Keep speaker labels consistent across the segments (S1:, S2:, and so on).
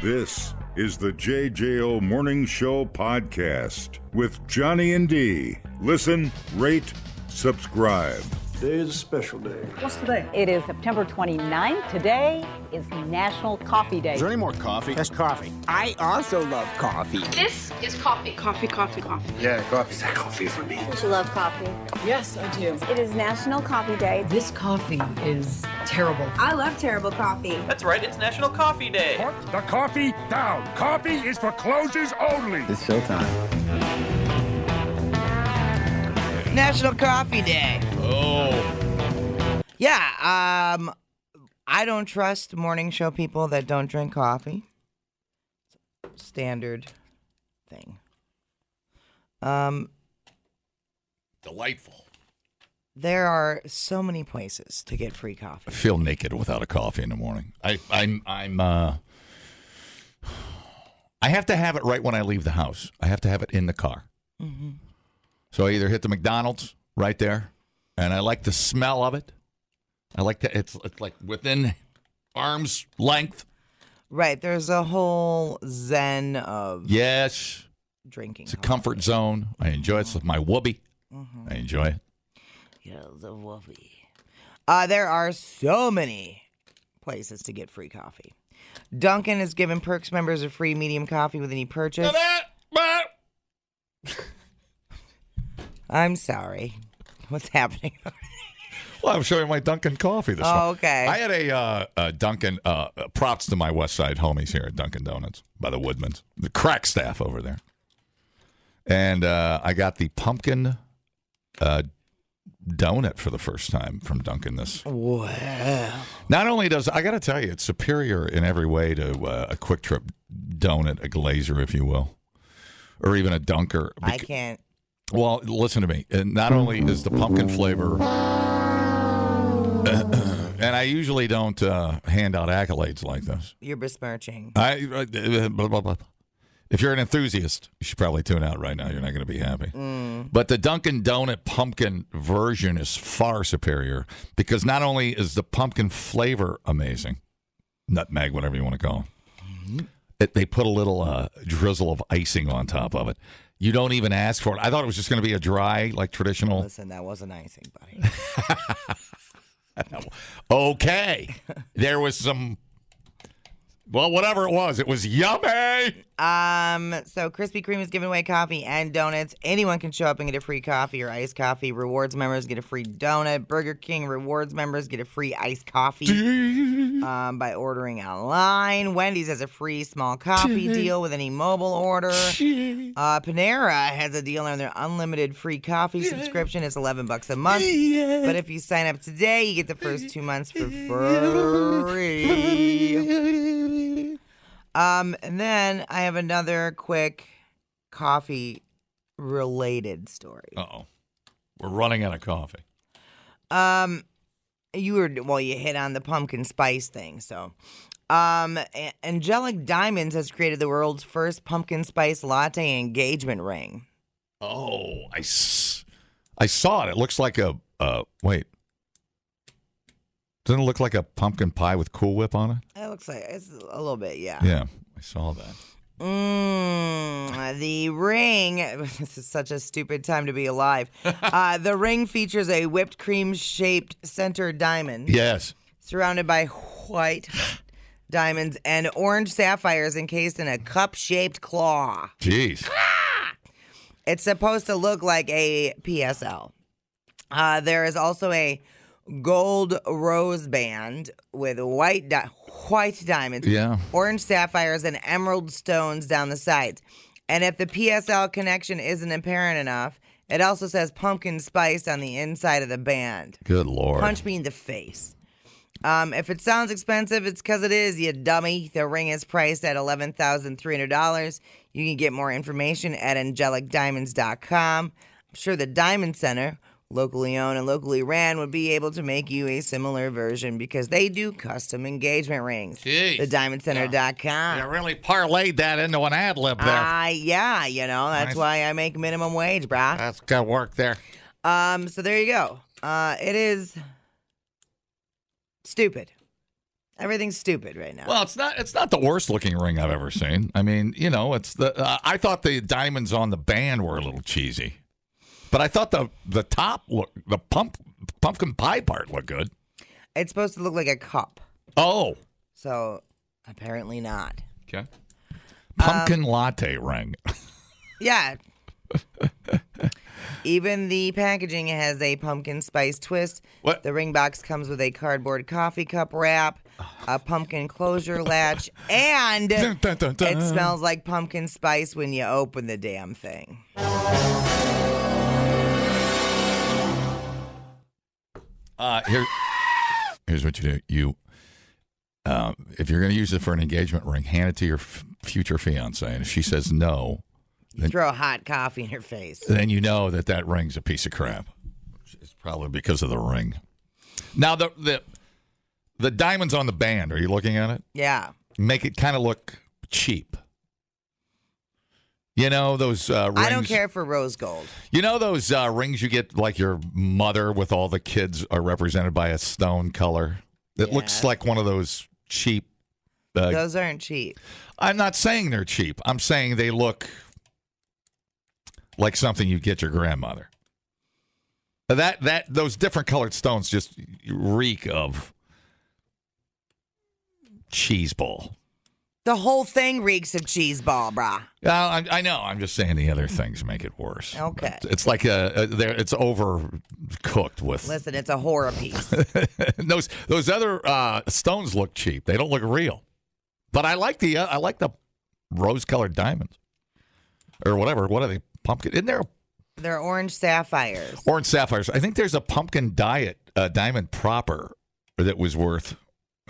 S1: This is the JJO Morning Show podcast with Johnny and D. Listen, rate, subscribe.
S2: Today is a special day.
S3: What's today?
S4: It is September 29th. Today is National Coffee Day.
S5: Is there any more coffee?
S6: That's coffee.
S7: I also love coffee.
S8: This is coffee. Coffee, coffee, coffee.
S9: Yeah, coffee.
S10: Is that coffee for me?
S11: Don't you love coffee?
S12: Yes, I do.
S13: It is National Coffee Day.
S14: This coffee is terrible.
S11: I love terrible coffee.
S15: That's right, it's National Coffee Day.
S16: Put the coffee down. Coffee is for closers only.
S5: It's showtime.
S7: National Coffee Day.
S5: Oh.
S7: Yeah, um I don't trust morning show people that don't drink coffee. Standard thing. Um
S5: delightful.
S7: There are so many places to get free coffee.
S5: I feel naked without a coffee in the morning. I I'm I'm uh I have to have it right when I leave the house. I have to have it in the car. Mm-hmm. So I either hit the McDonald's right there, and I like the smell of it. I like that it's it's like within arm's length.
S7: Right. There's a whole zen of
S5: yes
S7: drinking.
S5: It's a comfort coffee. zone. I enjoy it. It's like my whoopee. Mm-hmm. I enjoy it.
S7: Yeah, the whoopee. Uh, there are so many places to get free coffee. Duncan is giving Perks members a free medium coffee with any purchase. I'm sorry. What's happening?
S5: well, I'm showing my Dunkin' coffee this
S7: oh, okay.
S5: I had a, uh, a Dunkin', uh, props to my West Side homies here at Dunkin' Donuts by the Woodmans, the crack staff over there. And uh, I got the pumpkin uh, donut for the first time from Dunkin' this.
S7: Wow.
S5: Not only does, I got to tell you, it's superior in every way to uh, a quick trip donut, a glazer, if you will, or even a dunker.
S7: I can't.
S5: Well, listen to me. And not only is the pumpkin flavor, and I usually don't uh, hand out accolades like this.
S7: You're besmirching.
S5: I, uh, blah, blah, blah. If you're an enthusiast, you should probably tune out right now. You're not going to be happy. Mm. But the Dunkin' Donut pumpkin version is far superior because not only is the pumpkin flavor amazing, nutmeg, whatever you want to call it, it they put a little uh, drizzle of icing on top of it. You don't even ask for it. I thought it was just going to be a dry, like traditional.
S7: Listen, that wasn't icing, buddy.
S5: okay. there was some. Well, whatever it was, it was yummy.
S7: Um, so Krispy Kreme is giving away coffee and donuts. Anyone can show up and get a free coffee or iced coffee. Rewards members get a free donut. Burger King rewards members get a free iced coffee um, by ordering online. Wendy's has a free small coffee deal with any mobile order. Uh, Panera has a deal on their unlimited free coffee subscription. It's eleven bucks a month, but if you sign up today, you get the first two months for free. Um, and then I have another quick coffee related story.
S5: oh. We're running out of coffee.
S7: Um you were well, you hit on the pumpkin spice thing, so um A- Angelic Diamonds has created the world's first pumpkin spice latte engagement ring.
S5: Oh, I, s- I saw it. It looks like a uh wait. Doesn't it look like a pumpkin pie with Cool Whip on it?
S7: It looks like it's a little bit, yeah.
S5: Yeah, Ah. I saw that.
S7: Mm, the ring. This is such a stupid time to be alive. uh, the ring features a whipped cream shaped center diamond.
S5: Yes.
S7: Surrounded by white diamonds and orange sapphires encased in a cup shaped claw.
S5: Jeez.
S7: it's supposed to look like a PSL. Uh, there is also a gold rose band with white di- white diamonds,
S5: yeah.
S7: orange sapphires, and emerald stones down the sides. And if the PSL connection isn't apparent enough, it also says pumpkin spice on the inside of the band.
S5: Good lord!
S7: Punch me in the face. Um, if it sounds expensive, it's because it is, you dummy. The ring is priced at eleven thousand three hundred dollars. You can get more information at angelicdiamonds.com. I'm sure the Diamond Center locally owned and locally ran would be able to make you a similar version because they do custom engagement rings.
S5: Jeez.
S7: TheDiamondCenter.com. Yeah.
S5: You really parlayed that into an ad lib there.
S7: Uh, yeah, you know, that's nice. why I make minimum wage, brah.
S5: That's good work there.
S7: Um, so there you go. Uh, it is stupid. Everything's stupid right now.
S5: Well, it's not it's not the worst looking ring I've ever seen. I mean, you know, it's the uh, I thought the diamonds on the band were a little cheesy, but I thought the the top look the pump pumpkin pie part looked good.
S7: It's supposed to look like a cup,
S5: Oh,
S7: so apparently not.
S5: okay. Um, Pumpkin latte ring.
S7: Yeah. Even the packaging has a pumpkin spice twist.
S5: What?
S7: The ring box comes with a cardboard coffee cup wrap, a pumpkin closure latch, and
S5: Oh. Dun, dun, dun, dun.
S7: it smells like pumpkin spice when you open the damn thing.
S5: Uh, here, here's what you do. You, uh, if you're going to use it for an engagement ring, hand it to your f- future fiance, and if she says no,
S7: You throw hot coffee in her face.
S5: then you know that that ring's a piece of crap. It's probably because of the ring. Now the the the diamonds on the band. Are you looking at it?
S7: Yeah.
S5: Make it kind of look cheap. You know those uh, rings.
S7: I don't care for rose gold.
S5: You know those uh, rings you get like your mother with all the kids are represented by a stone color. It looks
S7: Yes.
S5: like one of those cheap. Uh,
S7: Those aren't cheap.
S5: I'm not saying they're cheap. I'm saying they look like something you get your grandmother. That that those different colored stones just reek of cheese ball.
S7: The whole thing reeks of cheese ball, brah.
S5: Uh, I, I know. I'm just saying the other things make it worse.
S7: Okay.
S5: It's, it's like a, a they're- it's overcooked with
S7: Listen, it's a horror piece.
S5: those those other uh, stones look cheap. They don't look real. But I like the uh, I like the rose colored diamonds or whatever. What are they? Pumpkin? Isn't there
S7: They're orange sapphires.
S5: orange sapphires? I think there's a pumpkin diet uh, diamond proper that was worth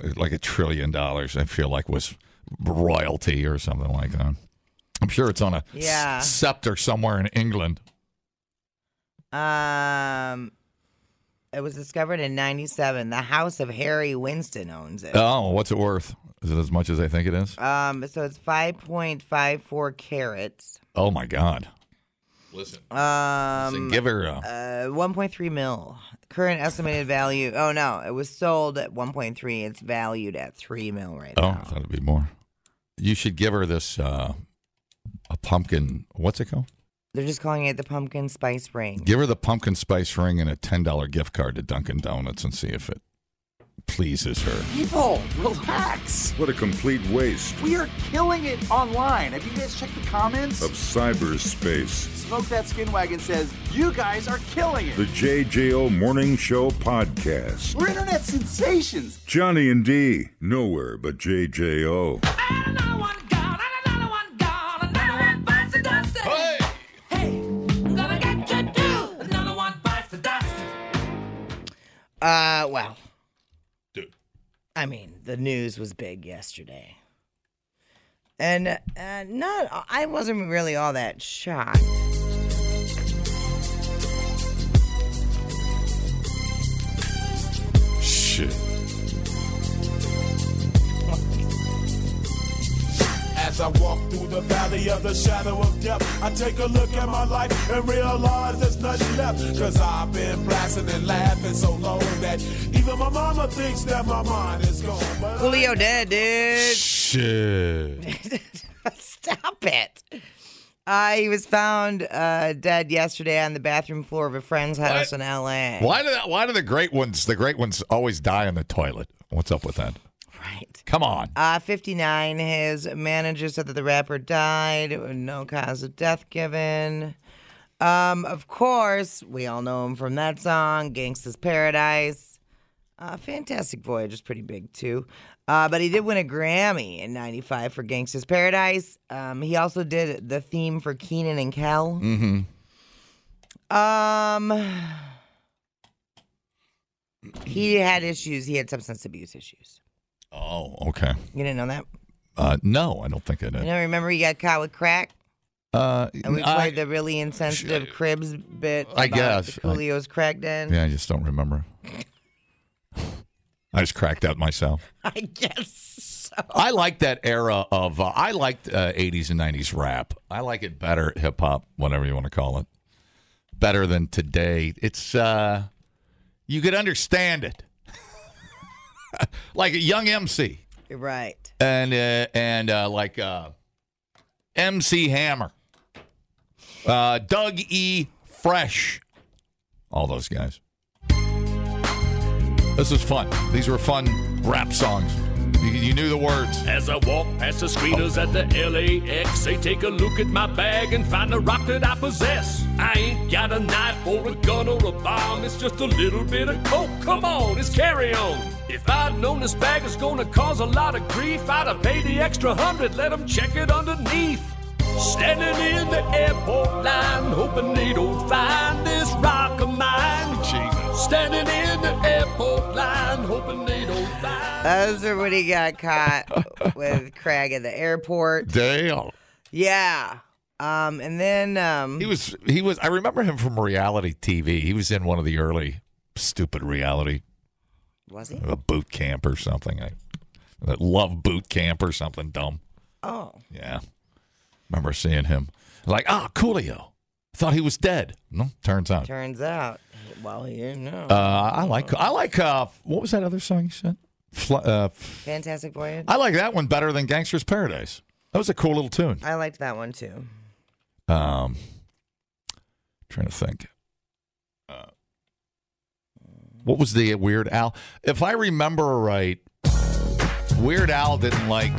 S5: uh, like a trillion dollars. I feel like was royalty or something like that. I'm sure it's on a s-
S7: Yeah.
S5: scepter somewhere in England.
S7: Um, it was discovered in '97. The house of Harry Winston owns it.
S5: Oh, what's it worth? Is it as much as I think it is?
S7: Um, so it's 5.54 carats.
S5: Oh my God! Listen,
S7: Um,
S5: give her. A,
S7: uh, 1.3 mil. Current estimated value. Oh no, it was sold at 1.3. It's valued at 3 mil right
S5: Oh, I
S7: now.
S5: thought it'd be more. You should give her this uh, a pumpkin. What's it called?
S7: They're just calling it the pumpkin spice ring.
S5: Give her the pumpkin spice ring and a ten dollar gift card to Dunkin' Donuts and see if it pleases her.
S16: People, relax.
S1: What a complete waste
S16: We are killing it online. Have you guys checked the comments?
S1: of cyberspace.
S16: Smoke That Skin Wagon says, You guys are killing it.
S1: The JJO Morning Show Podcast.
S16: We're internet sensations.
S1: Johnny and D, nowhere but JJO.
S5: Hey!
S7: Uh, well,
S5: Dude.
S7: I mean, the news was big yesterday, and uh, not I wasn't really all that shocked.
S5: Shit.
S16: As I walk through the valley of the shadow of death, I take a look at my life and realize there's nothing left. Cause I've been blasting and laughing so long that even my mama thinks that my mind is gone. But
S7: Julio dead, dude.
S5: Shit.
S7: Stop it. Uh, he was found uh, dead yesterday on the bathroom floor of a friend's house in L.A.
S5: Why do that, why do the great ones the great ones always die on the toilet? What's up with that?
S7: Right.
S5: Come on.
S7: Uh, 59. His manager said that the rapper died. No cause of death given. Um, of course, we all know him from that song, Gangsta's Paradise. Uh, Fantastic Voyage is pretty big too. Uh, but he did win a Grammy in 95 for Gangsta's Paradise. Um, he also did the theme for Keenan and Kel. Um, he had issues. He had substance abuse issues.
S5: Oh, okay.
S7: You didn't know that?
S5: Uh, no, I don't think I
S7: You
S5: did.
S7: know, remember he got caught with crack,
S5: Uh,
S7: and we
S5: I-
S7: played the really insensitive cribs bit.
S5: I
S7: about
S5: guess.
S7: the Coolio's crack den.
S5: yeah, I just don't remember. I just cracked out myself.
S7: I guess so.
S5: I like that era of. Uh, I liked uh, 80s and 90s rap. I like it better, hip hop, whatever you want to call it, better than today. It's uh, you could understand it. like a young MC
S7: You're right.
S5: and uh, and uh, like uh, MC Hammer, uh, Doug E. Fresh, all those guys. This was fun. These were fun rap songs. You, you knew the words.
S16: As I walk past the screeners at the LAX, they take a look at my bag and find the rock that I possess. I ain't got a knife or a gun or a bomb, it's just a little bit of coke. Come on, it's carry on. If I'd known this bag was gonna cause a lot of grief, I'd have paid the extra hundred, let 'em check it underneath. Standing in the airport line, hoping they don't find this rock of mine. Standing in the airport line, hoping they don't find.
S7: Those are when he got caught with Craig at the airport.
S5: Damn,
S7: Yeah. Um, and then um,
S5: he was he was. I remember him from reality TV. He was in one of the early stupid reality
S7: was he?
S5: a boot camp or something. I that love boot camp or something dumb.
S7: Oh,
S5: Yeah. Remember seeing him. Like, ah, Coolio. Thought he was dead. No, turns out. Uh,
S7: turns out. Well, you know,
S5: I like I like uh what was that other song you said? Fl- uh, f-
S7: Fantastic Voyage.
S5: I like that one better than Gangster's Paradise. That was a cool little tune.
S7: I liked that one too.
S5: Um trying to think. Uh, what was the Weird Al? If I remember right, Weird Al didn't like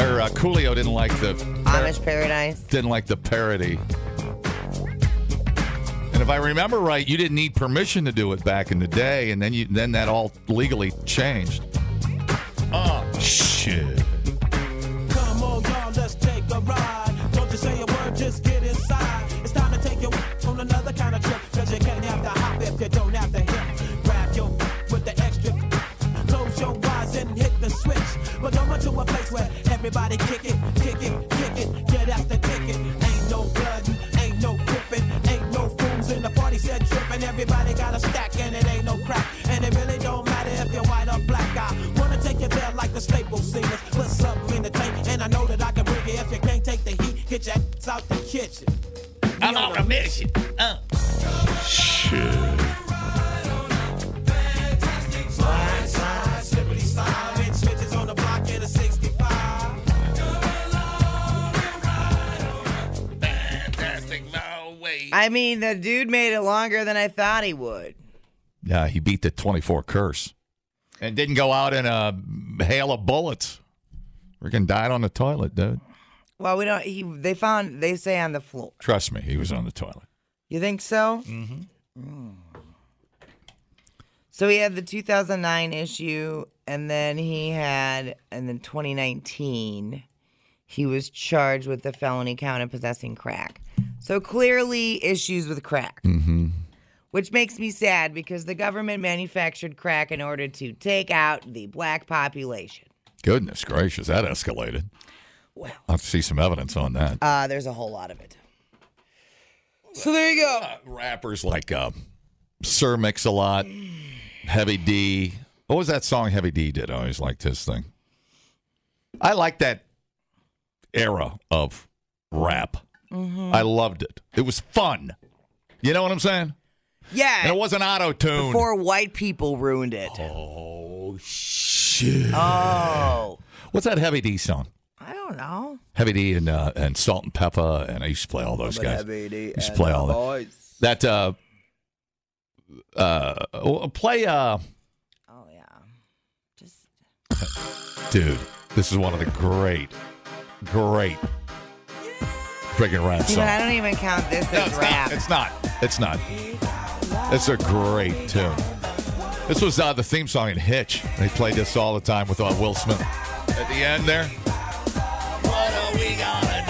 S5: or uh, Coolio didn't like the
S7: Amish Paradise.
S5: didn't like the parody. And if I remember right, you didn't need permission to do it back in the day, and then you then that all legally changed. Oh shit!
S16: Come on, y'all, let's take a ride. Don't you say a word, just get inside. It's time to take you on another kind of trip. Cause you can't have to hop if you don't have to hip. Grab your with the extra. Close your eyes and hit the switch. But come on to a place where everybody kick it, kick it, kick it. Get after ticket. Ain't no blood, ain't no gripping, ain't no fools in the party said tripping. Everybody got a stack and it ain't no crack. And it really don't matter if you're white or black. I wanna take you there like the staple singers. Put something in the tank, and I know that I can bring it. If you can't take the heat, get your ass out the kitchen.
S5: I'm on a mission. Uh. Shit!
S16: Slide, slide, slippity slide. With switches on the block in a 65.
S5: Fantastic, no way.
S7: I mean, the dude made it longer than I thought he would.
S5: Yeah, he beat the twenty-four curse, and didn't go out in a hail of bullets. Freaking died on the toilet, dude.
S7: Well, we don't. He they found they say on the floor.
S5: Trust me, he was on the toilet.
S7: You think so? Mm-hmm. So he had the 2009 issue, and then he had, and then 2019, he was charged with the felony count of possessing crack. So clearly, issues with crack. Mm-hmm. Which makes me sad because the government manufactured crack in order to take out the black population.
S5: Goodness gracious, that escalated.
S7: Well,
S5: I'll have to see some evidence on that.
S7: uh, there's a whole lot of it. So there you go.
S5: rappers like uh, Sir Mix a Lot, Heavy D. What was that song Heavy D did? I always liked his thing. I like that era of rap. I loved it. It was fun. You know what I'm saying?
S7: Yeah.
S5: And it wasn't auto tune.
S7: Before white people ruined it.
S5: oh shit!
S7: Oh,
S5: What's that Heavy D song?
S7: I don't know.
S5: Heavy D and uh, and Salt and Pepper, and I used to play all those guys. used to play all that. That uh, uh, well, play uh.
S7: Oh yeah, just
S5: Dude, this is one of the great, great freaking rap
S7: see, but I
S5: songs.
S7: don't even count this
S5: No,
S7: as
S5: it's
S7: rap.
S5: not. It's not. It's not. It's a great tune. This was uh, the theme song in Hitch. They played this all the time with uh, Will Smith. At the end there. What are we gonna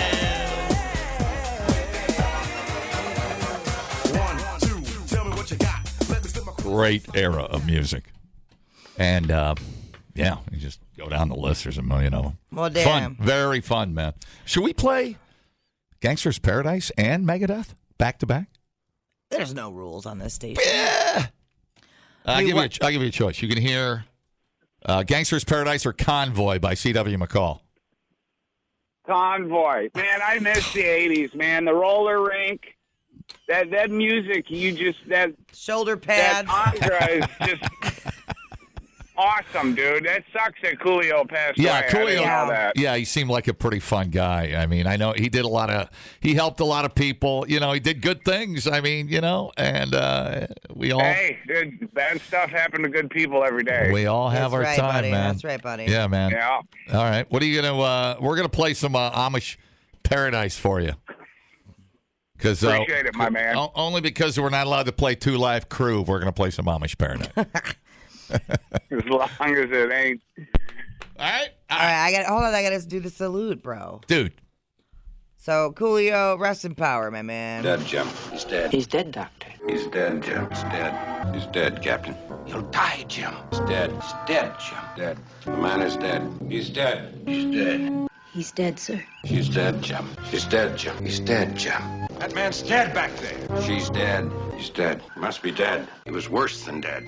S16: One, two, tell me what you got. Let me slip my
S5: do? Great era of music. And uh, yeah, you just go down the list. There's a million of them.
S7: Well, damn.
S5: Fun. Very fun, man. Should we play Gangster's Paradise and Megadeth back to back?
S7: There's no rules on this station.
S5: I'll
S7: Hey,
S5: give, you a,
S7: what-
S5: I'll give you a choice. You can hear uh, Gangster's Paradise or Convoy by C.W. McCall.
S16: Convoy. Man, I miss the eighties, man. The roller rink. That that music you just that
S7: Shoulder
S16: that
S7: pads.
S16: Andra is just
S3: awesome, dude. That sucks that Coolio passed
S5: Yeah,
S3: away. I
S5: Coolio.
S3: didn't know
S5: Yeah.
S3: that.
S5: he seemed like a pretty fun guy. I mean, I know he did a lot of, he helped a lot of people. You know, he did good things. I mean, you know, and uh, we all
S3: Hey, dude, bad stuff happened to good people every day.
S5: we all
S7: That's
S5: have our
S7: right,
S5: time,
S7: buddy.
S5: man.
S7: That's right, buddy.
S5: Yeah, man.
S3: Yeah.
S5: All right, what are you gonna? Uh, we're gonna play some uh, Amish Paradise for you. Because uh,
S3: Appreciate it, my man.
S5: o- only because we're not allowed to play Two Live Crew, we're gonna play some Amish Paradise. all
S3: As long as it ain't.
S5: right,
S7: All right, I got hold on. I got to do the salute, bro.
S5: dude.
S7: So Coolio, rest in power, my man.
S16: Jim. He's dead.
S6: He's dead, Doctor.
S16: He's dead, Jim. He's dead. He's dead, Captain. He'll die, Jim. He's dead. He's dead, Jim. Dead. The man is dead. He's dead. He's dead.
S6: He's dead, sir.
S16: She's dead, Jim. She's dead, Jim. He's dead, Jim. That man's dead back there. She's dead. He's dead. Must be dead. He was worse than dead.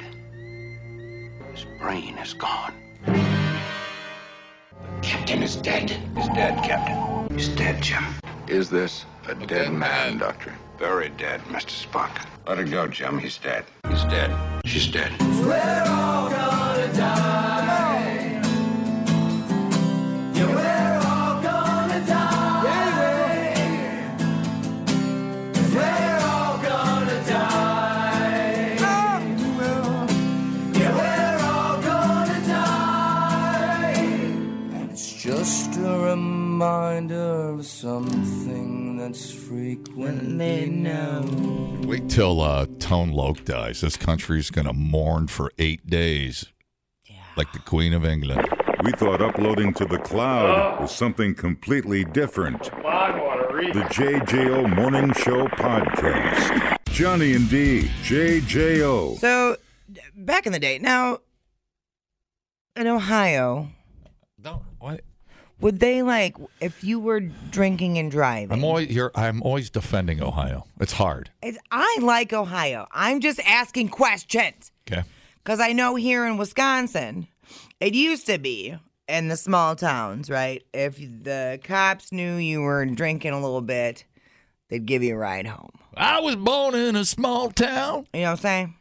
S16: His brain is gone. The captain is dead. He's dead, Captain. He's dead, Jim. Is this a, dead, man, Doctor? Very dead, Mr. Spock. Let her go, Jim. He's dead. He's dead. She's dead.
S9: It's just a reminder of something that's frequently known.
S5: Wait till uh, Tone Loc dies. This country's gonna mourn for eight days, like the Queen of England.
S1: We thought uploading to the cloud was something completely different. The JJO Morning Show Podcast. Johnny and D, JJO.
S7: So d- back in the day, now in Ohio,
S5: Don't what?
S7: would they like if you were drinking and driving?
S5: I'm always you're, I'm always defending Ohio. It's hard.
S7: It's, I like Ohio. I'm just asking questions
S5: Okay.
S7: because I know here in Wisconsin, it used to be in the small towns, right? If the cops knew you were drinking a little bit, they'd give you a ride home.
S5: I was born in a small town.
S7: You know what I'm saying?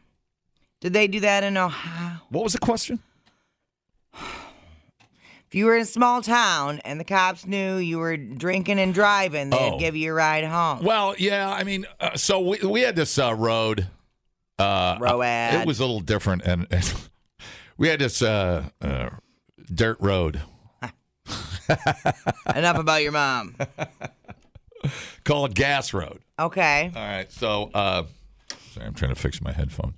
S7: Did they do that in Ohio?
S5: What was the question?
S7: If you were in a small town and the cops knew you were drinking and driving, they'd
S5: Oh.
S7: give you a ride home.
S5: Well, yeah, I mean, uh, so we we had this uh, road. Uh,
S7: Road.
S5: It was a little different, and, and we had this uh, uh, dirt road
S7: Enough about your mom.
S5: called Gas Road.
S7: Okay.
S5: All right, so uh, sorry, I'm trying to fix my headphone.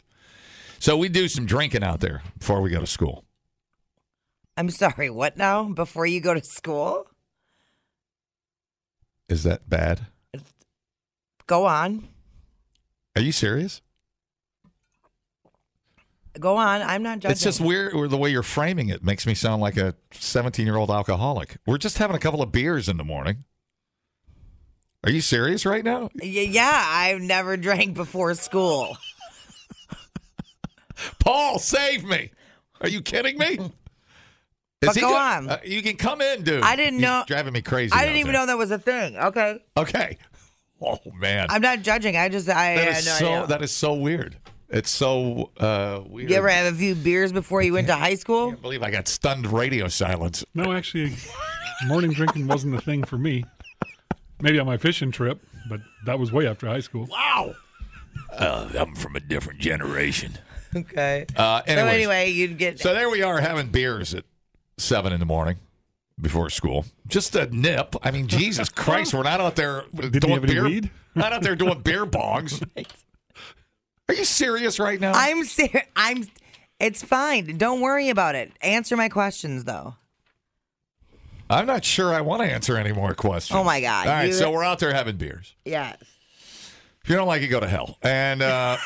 S5: So we do some drinking out there before we go to school.
S7: I'm sorry, what now? Before you go to school?
S5: Is that bad?
S7: Go on.
S5: Are you serious?
S7: Go on. I'm not judging.
S5: It's just weird or the way you're framing it makes me sound like a 17 year old alcoholic. We're just having a couple of beers in the morning. Are you serious right now?
S7: Y- Yeah, I've never drank before school.
S5: Paul, save me. Are you kidding me? Is
S7: But
S5: he
S7: go
S5: gonna-
S7: on.
S5: uh, you can come in, dude.
S7: I didn't
S5: He's
S7: know-
S5: Driving me crazy.
S7: I didn't even know that was a thing. Okay.
S5: that. Okay. Oh man,
S7: I'm not judging. I just, I
S5: That
S7: had
S5: is
S7: no
S5: so.
S7: idea.
S5: That is so weird. It's so uh, weird.
S7: You ever have a few beers before you went to high school?
S5: I believe I got stunned radio silence.
S10: No, actually, morning drinking wasn't the thing for me. Maybe on my fishing trip, but that was way after high school.
S5: Wow. Uh, I'm from a different generation.
S7: Okay.
S5: Uh,
S7: so
S5: anyways.
S7: anyway, you'd get.
S5: So there we are having beers at seven in the morning before school. Just a nip. I mean, Jesus Christ, we're not out there
S10: Did you
S5: doing
S10: have any
S5: beer.
S10: weed?
S5: Not out there doing beer bongs. Are you serious right now?
S7: I'm serious. I'm. It's fine. Don't worry about it. Answer my questions though.
S5: I'm not sure I want to answer any more questions.
S7: Oh, my God.
S5: All right,
S7: You-
S5: so we're out there having beers.
S7: Yes.
S5: If you don't like it, go to hell. And uh,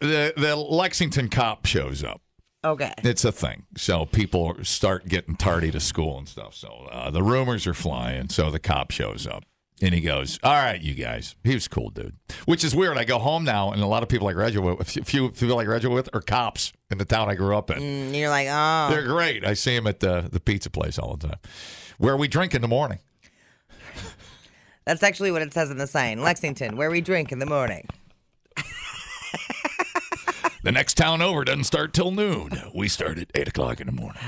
S5: the the Lexington cop shows up.
S7: Okay.
S5: It's a thing. So people start getting tardy to school and stuff. So uh, the rumors are flying. So the cop shows up and he goes, All right, you guys. He was a cool, dude. Which is weird. I go home now and a lot of people I graduate with, a few people I graduate with are cops in the town I grew up in.
S7: And you're like, oh,
S5: They're great. I see them at the, the pizza place all the time where we drink in the morning.
S7: that's actually what it says in the sign, Lexington, where we drink in the morning.
S5: The next town over doesn't start till noon. We start at eight o'clock in the morning.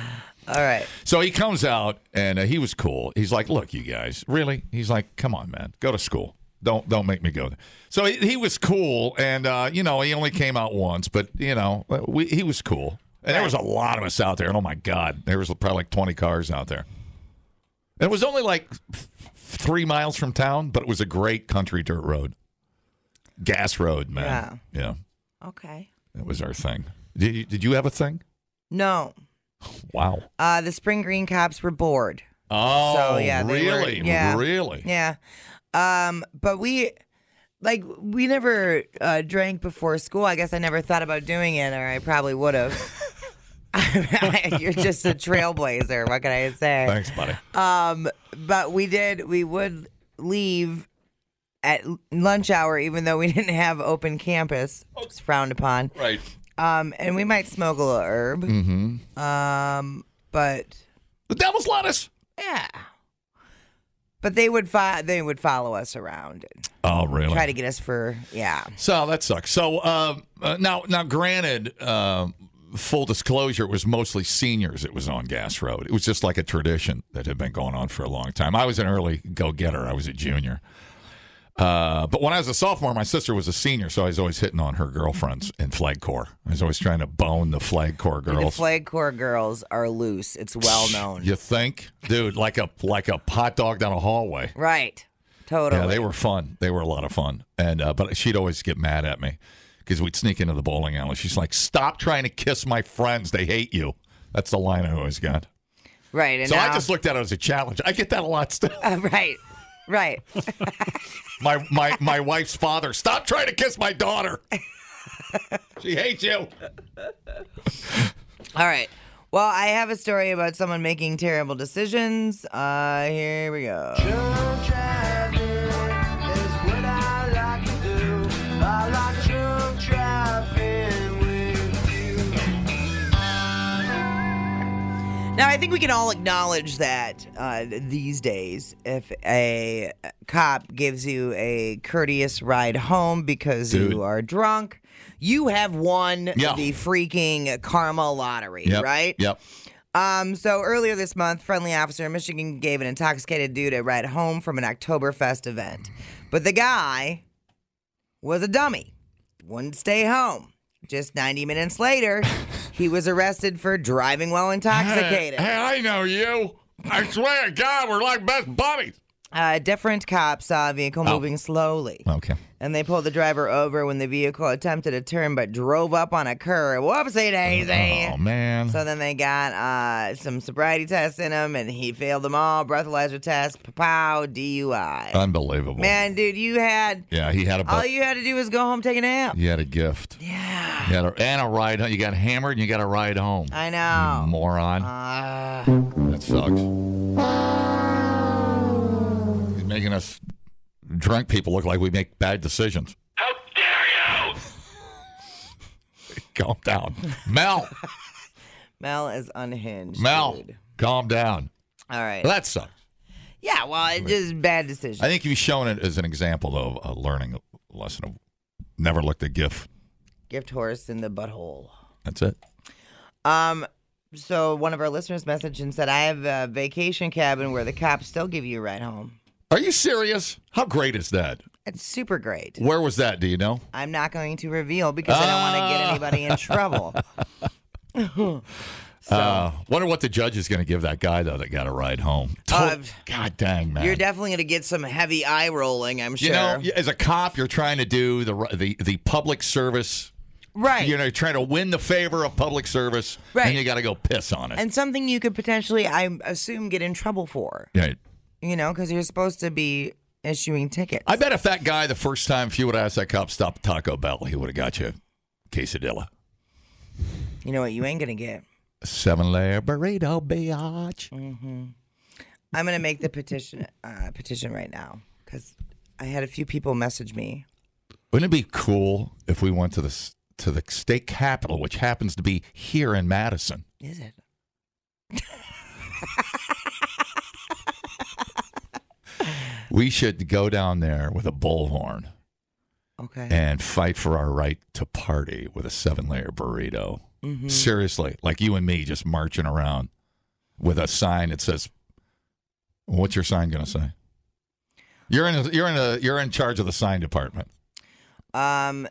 S7: All right.
S5: So he comes out and uh, he was cool. He's like, "Look, you guys, really?" He's like, "Come on, man, go to school. Don't don't make me go there." So he, he was cool, and uh, you know, he only came out once, but you know, uh, we, he was cool. And there was a lot of us out there, and oh my god, there was probably like twenty cars out there. And it was only like f- three miles from town, but it was a great country dirt road, gas road, man. Yeah,
S7: Okay.
S5: that was our thing. Did you, did you have a thing?
S7: No.
S5: Wow.
S7: Uh, the spring green cops were bored.
S5: Oh,
S7: so yeah, they were-
S5: really?
S7: yeah,
S5: Really?
S7: yeah. Um, but we, like, we never uh, drank before school. I guess I never thought about doing it, or I probably would have. You're just a trailblazer. What can I say?
S5: Thanks, buddy.
S7: Um, but we did. We would leave at lunch hour, even though we didn't have open campus. It's frowned upon.
S5: Right.
S7: Um, and we might smoke a little herb.
S5: Mm-hmm.
S7: Um, but
S5: the devil's lettuce.
S7: Yeah. But they would fo- they would follow us around and
S5: Oh, really?
S7: try to get us for yeah.
S5: So that sucks. So uh, uh, now, now, granted, uh, full disclosure, it was mostly seniors. It was on Gas Road. It was just like a tradition that had been going on for a long time. I was an early go getter. I was a junior. Uh, but when I was a sophomore, my sister was a senior, so I was always hitting on her girlfriends in Flag Corps. I was always trying to bone the Flag Corps
S7: The
S5: girls.
S7: flag corps girls are loose. It's well known.
S5: You think, dude? Like a like a hot dog down a hallway.
S7: right. Totally.
S5: Yeah, they were fun. They were a lot of fun. And uh, but she'd always get mad at me because we'd sneak into the bowling alley. She's like, "Stop trying to kiss my friends. They hate you." That's the line I always got.
S7: Right. And
S5: so
S7: now-
S5: I just looked at it as a challenge. I get that a lot still.
S7: Uh, right. Right.
S5: My my my wife's father. Stop trying to kiss my daughter. she hates you.
S7: All right. Well, I have a story about someone making terrible decisions. Uh, here we go. Now, I think we can all acknowledge that uh, these days, if a cop gives you a courteous ride home because
S5: Dude.
S7: you are drunk, you have won
S5: Yeah.
S7: the freaking karma lottery,
S5: Yep,
S7: right?
S5: Yep.
S7: Um, so earlier this month, friendly officer in Michigan gave an intoxicated dude a ride home from an Oktoberfest event. But the guy was a dummy, wouldn't stay home. Just 90 minutes later, he was arrested for driving while intoxicated.
S5: Hey, I know you. I swear to God, we're like best buddies.
S7: A Uh, different cop saw a vehicle
S5: Oh.
S7: moving slowly.
S5: Okay.
S7: And they pulled the driver over when the vehicle attempted a turn but drove up on a curb. Whoopsie daisy.
S5: Oh man.
S7: So then they got uh, some sobriety tests in him, and he failed them all. Breathalyzer test, pow, DUI.
S5: Uh, Unbelievable.
S7: Man, dude, you had
S5: Yeah, he had a.
S7: all you had to do was go home, take a nap.
S5: You had a gift. Yeah. You had a, and a ride home. You got hammered and you got a ride home.
S7: I know.
S5: Moron.
S7: Uh,
S5: that sucks. He's making us drunk people look like we make bad decisions. How dare you! calm down. Mel.
S7: Mel is unhinged.
S5: Mel.
S7: dude.
S5: Calm down.
S7: All right.
S5: Well, that sucks.
S7: yeah, well, it's just bad decision.
S5: I think you've shown it as an example, though, of a learning lesson of never look the gift.
S7: Gift horse in the butthole.
S5: That's it.
S7: Um, so one of our listeners messaged and said, "I have a vacation cabin where the cops still give you a ride home.
S5: Are you serious? How great is that?
S7: It's super great."
S5: Where was that? Do you know?
S7: I'm not going to reveal because I don't want
S5: Ah."
S7: to get anybody in trouble.
S5: Uh, wonder what the judge is going to give that guy though that got a ride home.
S7: Uh,
S5: God dang man!
S7: You're definitely going to get some heavy eye rolling, I'm sure.
S5: You know, as a cop, you're trying to do the the the public service.
S7: Right.
S5: You know, you're trying to win the favor of public service,
S7: Right.
S5: and you got to go piss on it.
S7: and something you could potentially, I assume, get in trouble for,
S5: Right.
S7: you know, because you're supposed to be issuing tickets.
S5: I bet if that guy the first time, if you would have asked that cop stop Taco Bell, he would have got you a quesadilla,
S7: You know what you ain't going to get?
S5: seven layer burrito, biatch.
S7: hmm I'm going to make the petition uh, petition right now because I had a few people message me.
S5: Wouldn't it be cool if we went to the s- to the state capitol, which happens to be here in Madison?
S7: Is it?
S5: We should go down there with a bullhorn
S7: Okay.
S5: and fight for our right to party with a seven layer burrito.
S7: Mhm.
S5: Seriously, like you and me just marching around with a sign that says, "What's your sign going to say?" You're in. A, you're in. A, you're in charge of the sign department.
S7: Um.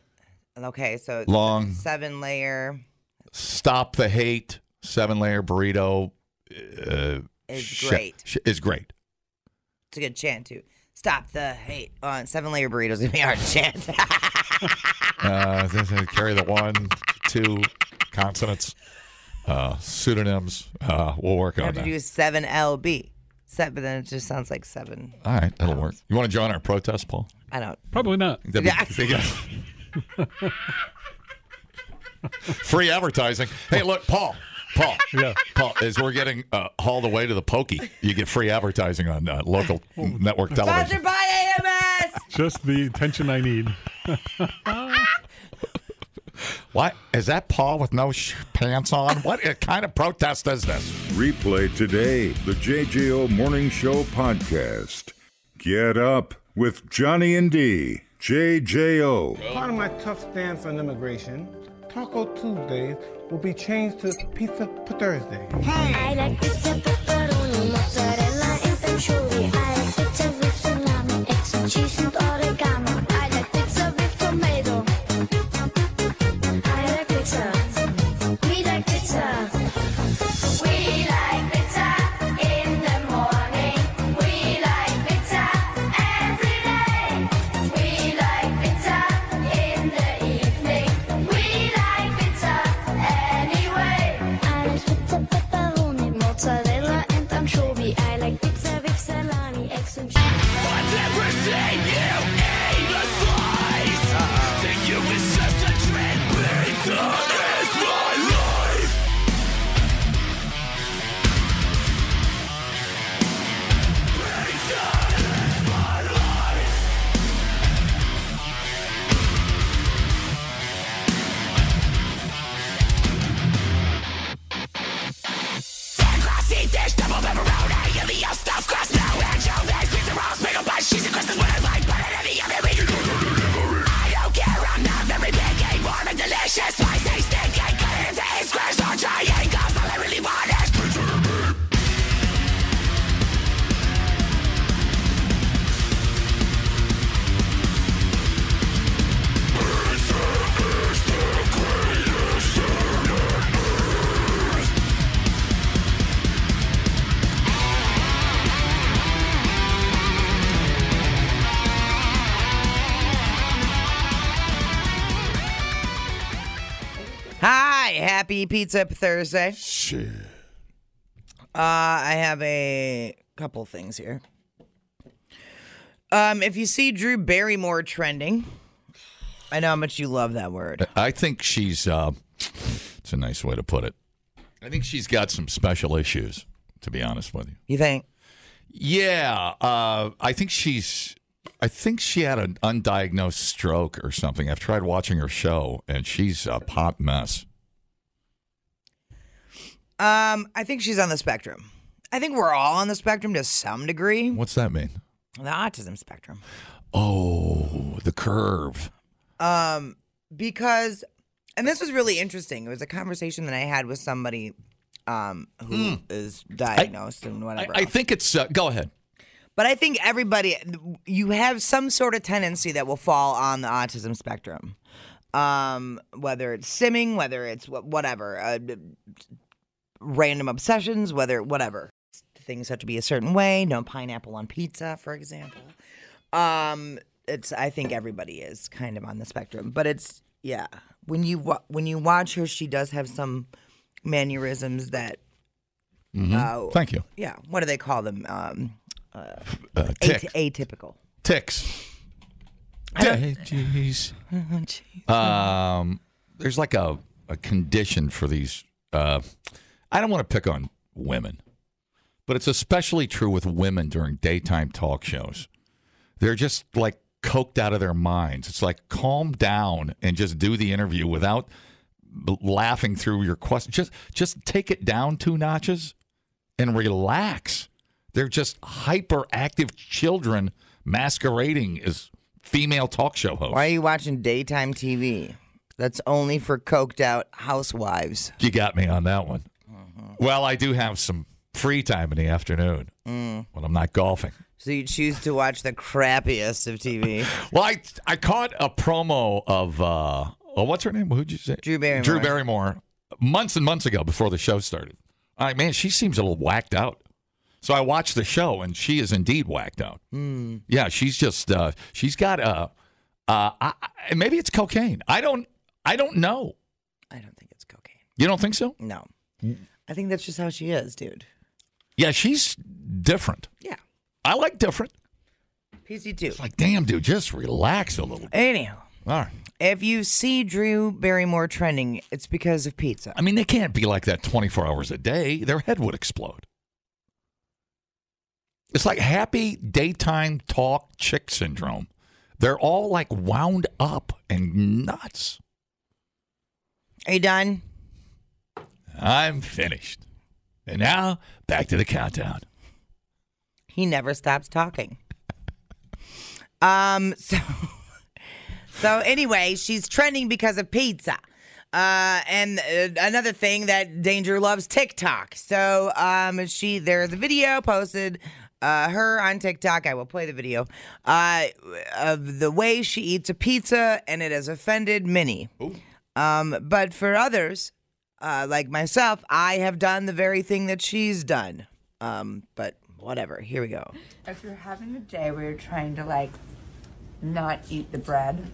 S7: Okay, so it's
S5: Long.
S7: seven layer.
S5: Stop the hate. Seven layer burrito. Uh,
S7: Is
S5: shit-
S7: great.
S5: shit Is great.
S7: It's a good chant too. Stop the hate on seven layer burritos. Give me our chant.
S5: Uh, this is- carry the one, two consonants, uh, pseudonyms. Uh, we'll work
S7: You
S5: on
S7: have to
S5: that.
S7: do seven LB. Set, but then it just sounds like seven.
S5: All right, that'll work. You want to join our protest, Paul?
S7: I don't.
S10: Probably not.
S5: That'd be- Free advertising. Hey, look, Paul. Paul. Yeah. Paul, as we're getting uh, hauled away to the pokey, you get free advertising on uh, local network television.
S7: Sponsored by AMS.
S10: Just the attention I need.
S5: What? Is that Paul with no sh- pants on? What uh, kind of protest is this?
S1: Replay today the JJO Morning Show podcast. Get up with Johnny and D. JJO.
S6: Part of my tough stance on immigration, Taco Tuesdays will be changed to Pizza for Thursday.
S12: I like pizza, pepperoni, mozzarella and patchouli. I like pizza with salami, eggs and cheese and oregano. I like pizza with tomato. I like pizza. We like pizza. We like pizza in the morning. We like pizza every day. We like pizza in the evening. We like pizza anyway. I like pizza pepperoni, mozzarella and anchovy. I like pizza with salami, eggs and cheese.
S16: Frosty dish, double pepperoni, and the stuff crust, no angel legs, pizza rolls, bagel bites, cheese and crust is what I like, but in the oven we I don't care, I'm not very picky, warm and delicious, spicy, sticky, cut it into eight squares or triangles, all I really want is pizza.
S7: Hi, happy Pizza Thursday. Shit. Uh, I have a couple things here. Um, if you see Drew Barrymore trending, I know how much you love that word.
S5: I think she's, uh, it's a nice way to put it. I think she's got some special issues, to be honest with you.
S7: You think?
S5: Yeah, uh, I think she's. I think she had an undiagnosed stroke or something. I've tried watching her show, and she's a hot mess.
S7: Um, I think she's on the spectrum. I think we're all on the spectrum to some degree.
S5: What's that mean?
S7: The autism spectrum.
S5: Oh, the curve.
S7: um, because, and this was really interesting. It was a conversation that I had with somebody um, who is diagnosed and
S5: Hmm. I,
S7: whatever.
S5: I think it's. Uh, go ahead.
S7: but I think everybody, you have some sort of tendency that will fall on the autism spectrum, um, whether it's simming, whether it's wh- whatever, uh, d- random obsessions, whether whatever. Things have to be a certain way. No pineapple on pizza, for example. Um, it's I think everybody is kind of on the spectrum, but it's yeah. When you wa- when you watch her, she does have some mannerisms that. uh,
S5: Mhm. Thank you.
S7: Yeah. What do they call them? Um, uh,
S5: Uh, tick.
S7: at- atypical.
S5: Ticks. Jeez. Um, there's like a, a condition for these. Uh, I don't want to pick on women, but it's especially true with women during daytime talk shows. They're just like coked out of their minds. It's like calm down and just do the interview without b- laughing through your question. Just just take it down two notches and relax. They're just hyperactive children masquerading as female talk show host.
S7: Why are you watching daytime TV? That's only for coked out housewives.
S5: You got me on that one.
S7: Mm-hmm.
S5: Well, I do have some free time in the afternoon
S7: Mm.
S5: when I'm not golfing.
S7: So you choose to watch the crappiest of TV.
S5: Well, I I caught a promo of uh, oh, what's her name? Who'd you say? Drew
S7: Barrymore.
S5: Drew Barrymore, months and months ago before the show started. I man, she seems a little whacked out. So I watched the show, and she is indeed whacked out.
S7: Mm.
S5: Yeah, she's just uh, she's got a uh, I, I- maybe it's cocaine. I don't I don't know.
S7: I don't
S5: think it's cocaine. You don't think so?
S7: No. I think that's just how she is, dude.
S5: Yeah, she's different.
S7: Yeah.
S5: I like different.
S7: PC two.
S5: Like, damn, dude, just relax a little. bit.
S7: Anyhow,
S5: All right.
S7: if you see Drew Barrymore trending, it's because of pizza.
S5: I mean, they can't be like that 24 hours a day. Their head would explode. It's like happy daytime talk chick syndrome. They're all like wound up and nuts.
S7: Are you done?
S5: I'm finished. And now back to the countdown.
S7: He never stops talking. um. So. So anyway, she's trending because of pizza. Uh, and uh, another thing that Danger loves TikTok. So um, she there's a video posted. Uh, her on TikTok, I will play the video uh, of the way she eats a pizza, and it has offended many. Um, but for others, uh, like myself, I have done the very thing that she's done. Um, but whatever. Here we go.
S17: If you're having a day where you're trying to like not eat the bread,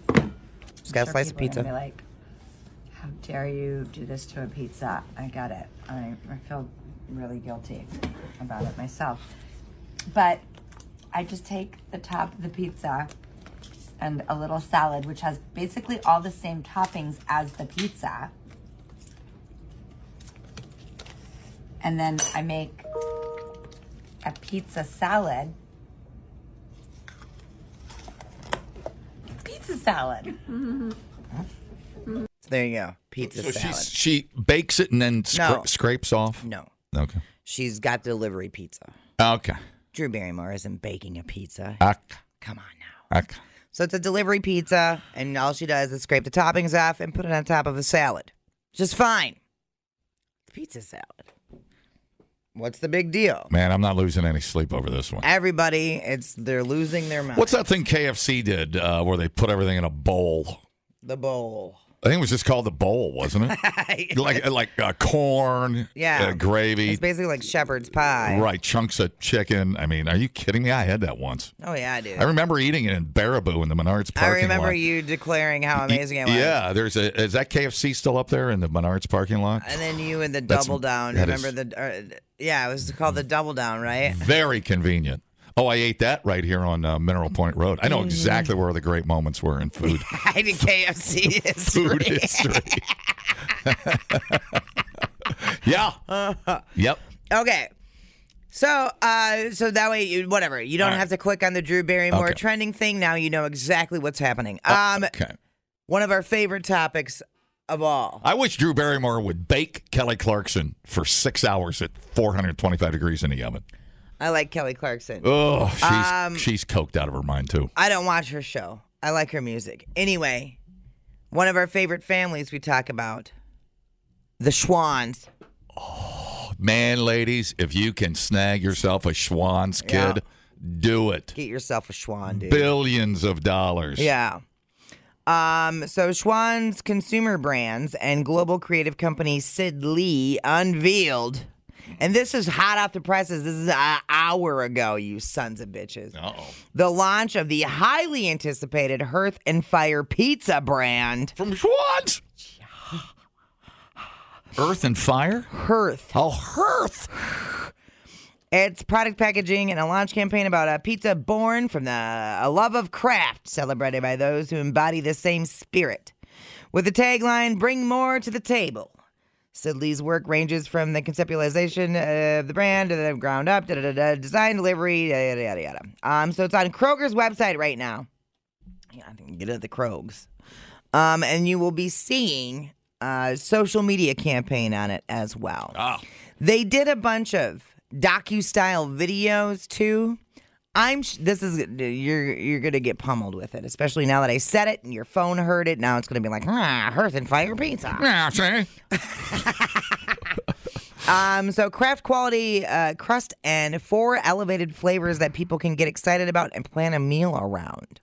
S7: Just got a
S17: sure
S7: slice of
S17: people are
S7: pizza.
S17: gonna be like, how dare you do this to a pizza? I got it. I, I feel really guilty about it myself. But I just take the top of the pizza and a little salad, which has basically all the same toppings as the pizza. And then I make a pizza salad. Pizza salad.
S7: There you go. Pizza
S5: So
S7: salad.
S5: she's, she bakes it and then scra-
S7: No.
S5: scrapes off?
S7: No.
S5: Okay.
S7: She's got delivery pizza.
S5: Okay.
S7: Drew Barrymore isn't baking a pizza.
S5: Okay.
S7: Come on
S5: now. Okay.
S7: So it's a delivery pizza, and all she does is scrape the toppings off and put it on top of a salad. Just fine. Pizza salad. What's the big deal?
S5: Man, I'm not losing any sleep over this one.
S7: Everybody, it's they're losing their mind.
S5: What's that thing KFC did uh, where they put everything in a bowl?
S7: The bowl.
S5: I think it was just called the bowl, wasn't it? like like uh, corn,
S7: Yeah.
S5: uh, gravy,
S7: It's basically like shepherd's pie.
S5: right? Chunks of chicken. I mean, are you kidding me? I had that once.
S7: Oh yeah, dude.
S5: I remember eating it in Baraboo in the Menards
S7: I
S5: parking
S7: remember
S5: lot.
S7: you declaring how amazing it was.
S5: Yeah, there's a is that KFC still up there in the Menards parking lot?
S7: And then you and the
S5: That's-
S7: double down.
S5: that
S7: Remember
S5: is-
S7: the uh, yeah, it was called the double down, right?
S5: Very convenient. Oh, I ate that right here on uh, Mineral Point Road. I know
S7: Mhm.
S5: exactly where the great moments were in food.
S7: I did KFC history.
S5: food history. yeah.
S7: Uh-huh.
S5: Yep.
S7: Okay. So, uh, so that way, you, whatever, you don't
S5: All right.
S7: have to click on the Drew Barrymore
S5: Okay. Oh.
S7: trending thing. Now you know exactly what's happening. Um,
S5: okay.
S7: One of our favorite topics of all.
S5: I wish Drew Barrymore would bake Kelly Clarkson for six hours at 425 degrees in the oven.
S7: I like Kelly Clarkson.
S5: Oh, she's
S7: Um,
S5: she's coked out of her mind too.
S7: I don't watch her show. I like her music. Anyway, one of our favorite families we talk about, the Schwans.
S5: Man, ladies, if you can snag yourself a Schwann's kid, do it.
S7: Get yourself a Schwan, dude.
S5: Billions of dollars.
S7: Yeah. Um, so Schwann's consumer brands and global creative company Sid Lee unveiled, and this is hot off the presses. This is an hour ago, you sons of bitches.
S5: Uh-oh.
S7: The launch of the highly anticipated Hearth and Fire pizza brand
S5: from Schwann's. Earth and Fire?
S7: Hearth.
S5: Oh, Hearth.
S7: It's product packaging and a launch campaign about a pizza born from the a love of craft, celebrated by those who embody the same spirit. With the tagline, bring more to the table. Sidley's work ranges from the conceptualization of the brand to the ground up, da, da, da, da, design, delivery, yada, yada, yada, yada. Um, so it's on Kroger's website right now. Yeah, I think you can get it at the Krogs. Um, and you will be seeing a social media campaign on it as well.
S5: Oh.
S7: They did a bunch of docu style videos too I'm. sh- This is you're you're gonna get pummeled with it, especially now that I said it and your phone heard it. Now it's gonna be like ah, hearth and fire pizza.
S5: Yeah, see?
S7: Um, so craft quality uh, crust and four elevated flavors that people can get excited about and plan a meal around.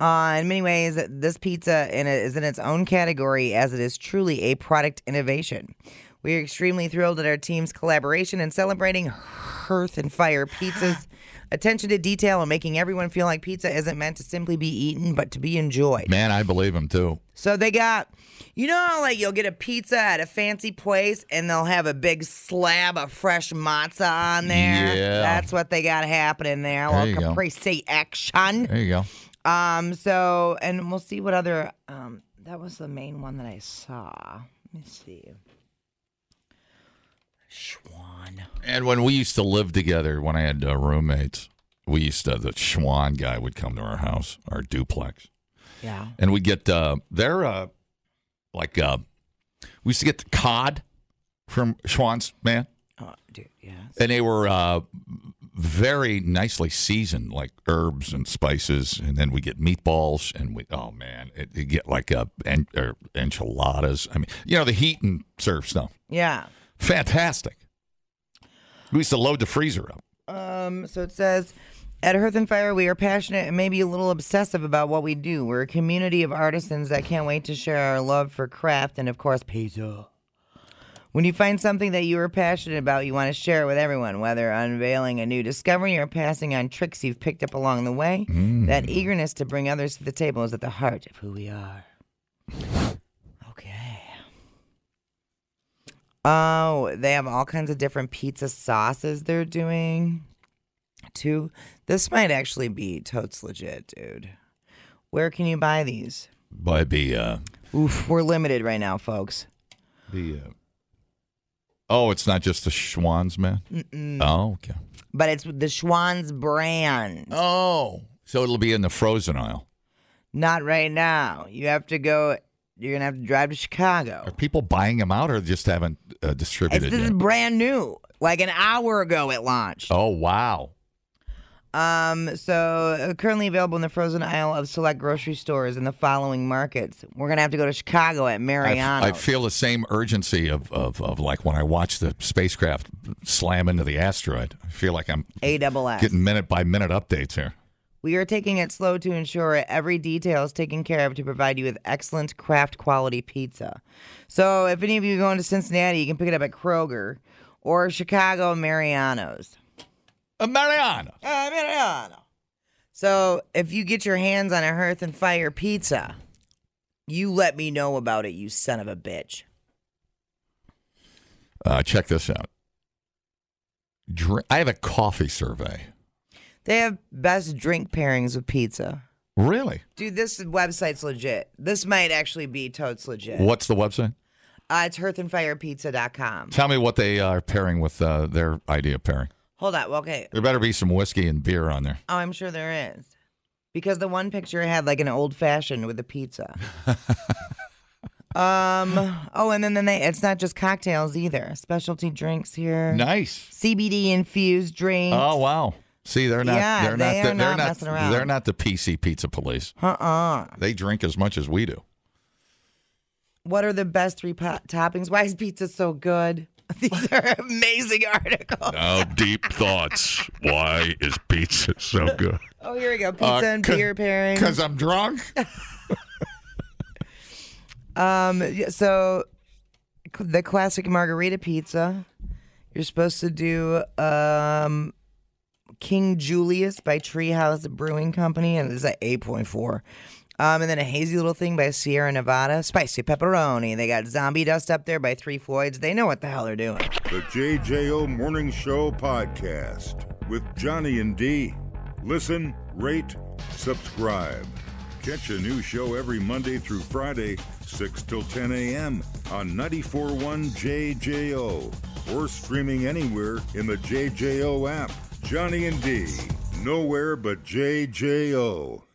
S7: Uh, in many ways, this pizza in it is in its own category as it is truly a product innovation. We are extremely thrilled at our team's collaboration and celebrating Hearth and Fire Pizza's attention to detail and making everyone feel like pizza isn't meant to simply be eaten but to be enjoyed.
S5: Man, I believe him too.
S7: So they got, you know, how, like you'll get a pizza at a fancy place and they'll have a big slab of fresh matzah on there.
S5: Yeah.
S7: That's what they got happening there.
S5: There
S7: Well,
S5: you go.
S7: Caprese action.
S5: There you go.
S7: Um. So, and we'll see what other. Um. That was the main one that I saw. Let me see.
S5: And when we used to live together, when I had uh, roommates, we used to the Schwan guy would come to our house, our duplex,
S7: Yeah.
S5: and we'd get uh, their uh, like uh, we used to get the cod from Schwan's man.
S7: Oh, dude. Yeah.
S5: And they were uh, very nicely seasoned, like herbs and spices. And then we get meatballs, and we oh man, it, you get like a en- or enchiladas. I mean, you know, the heat and serve stuff.
S7: Yeah.
S5: Fantastic. We used to load the freezer up.
S7: Um, so it says, at Hearth and Fire, we are passionate and maybe a little obsessive about what we do. We're a community of artisans that can't wait to share our love for craft and, of course, pizza. When you find something that you are passionate about, you want to share it with everyone, whether unveiling a new discovery or passing on tricks you've picked up along the way. That eagerness to bring others to the table is at the heart of who we are. Oh, they have all kinds of different pizza sauces they're doing. Too. This might actually be totes legit, dude. Where can you buy these?
S5: By the uh,
S7: Oof, we're limited right now, folks.
S5: the uh, oh, it's not just the Schwans, man.
S7: Mm-mm.
S5: Oh, okay.
S7: But it's with the Schwann's brand.
S5: Oh. So it'll be in the frozen aisle.
S7: Not right now. You have to go, you're going to have to drive to Chicago.
S5: Are people buying them out, or just haven't uh, distributed
S7: It's, this
S5: yet?
S7: is brand new, like an hour ago it launched.
S5: Oh wow.
S7: Um, so uh, currently available in the frozen aisle of select grocery stores in the following markets. We're gonna have to go to Chicago at
S5: I f- I
S7: Mariano's.
S5: feel the same urgency of, of, of like when I watch the spacecraft slam into the asteroid. I feel like I'm
S7: A double S.
S5: getting minute by minute updates here.
S7: We are taking it slow to ensure every detail is taken care of to provide you with excellent craft quality pizza. So if any of you are going to Cincinnati, you can pick it up at Kroger or Chicago Mariano's.
S5: A Mariano.
S7: Uh, Mariano. So if you get your hands on a Hearth and Fire pizza, you let me know about it, you son of a bitch.
S5: Uh, check this out. Dr- I have a coffee survey.
S7: They have best drink pairings with pizza.
S5: Really?
S7: Dude, this website's legit. This might actually be totes legit.
S5: What's the website?
S7: Uh, it's hearthandfirepizza.com.
S5: Tell me what they are pairing with uh, their idea of pairing.
S7: Hold on. well, Okay.
S5: There better be some whiskey and beer on there.
S7: Oh, I'm sure there is. Because the one picture had like an old fashioned with a pizza. um. Oh, and then, then they, it's not just cocktails either. Specialty drinks here.
S5: Nice.
S7: CBD infused drinks.
S5: Oh wow. See, they're not.
S7: Yeah,
S5: they're
S7: they
S5: not.
S7: are
S5: the- they're
S7: not messing
S5: not.
S7: around.
S5: They're not the PC pizza police.
S7: Uh uh
S5: They drink as much as we do.
S7: What are the best three po- toppings? Why is pizza so good? These are amazing articles.
S5: Now, deep thoughts. Why is pizza so good?
S7: Oh, here we go. Pizza and beer pairing.
S5: Because I'm drunk.
S7: Um, yeah, so c- the classic margarita pizza. You're supposed to do um, King Julius by Treehouse Brewing Company, and it's at 8.4. Um, and then a hazy little thing by Sierra Nevada, spicy pepperoni. They got zombie dust up there by Three Floyds. They know what the hell they're doing.
S1: The JJO Morning Show podcast with Johnny and D. Listen, rate, subscribe. Catch a new show every Monday through Friday, 6 till 10 a.m. on 94.1 JJO or streaming anywhere in the JJO app. Johnny and D. Nowhere but JJO.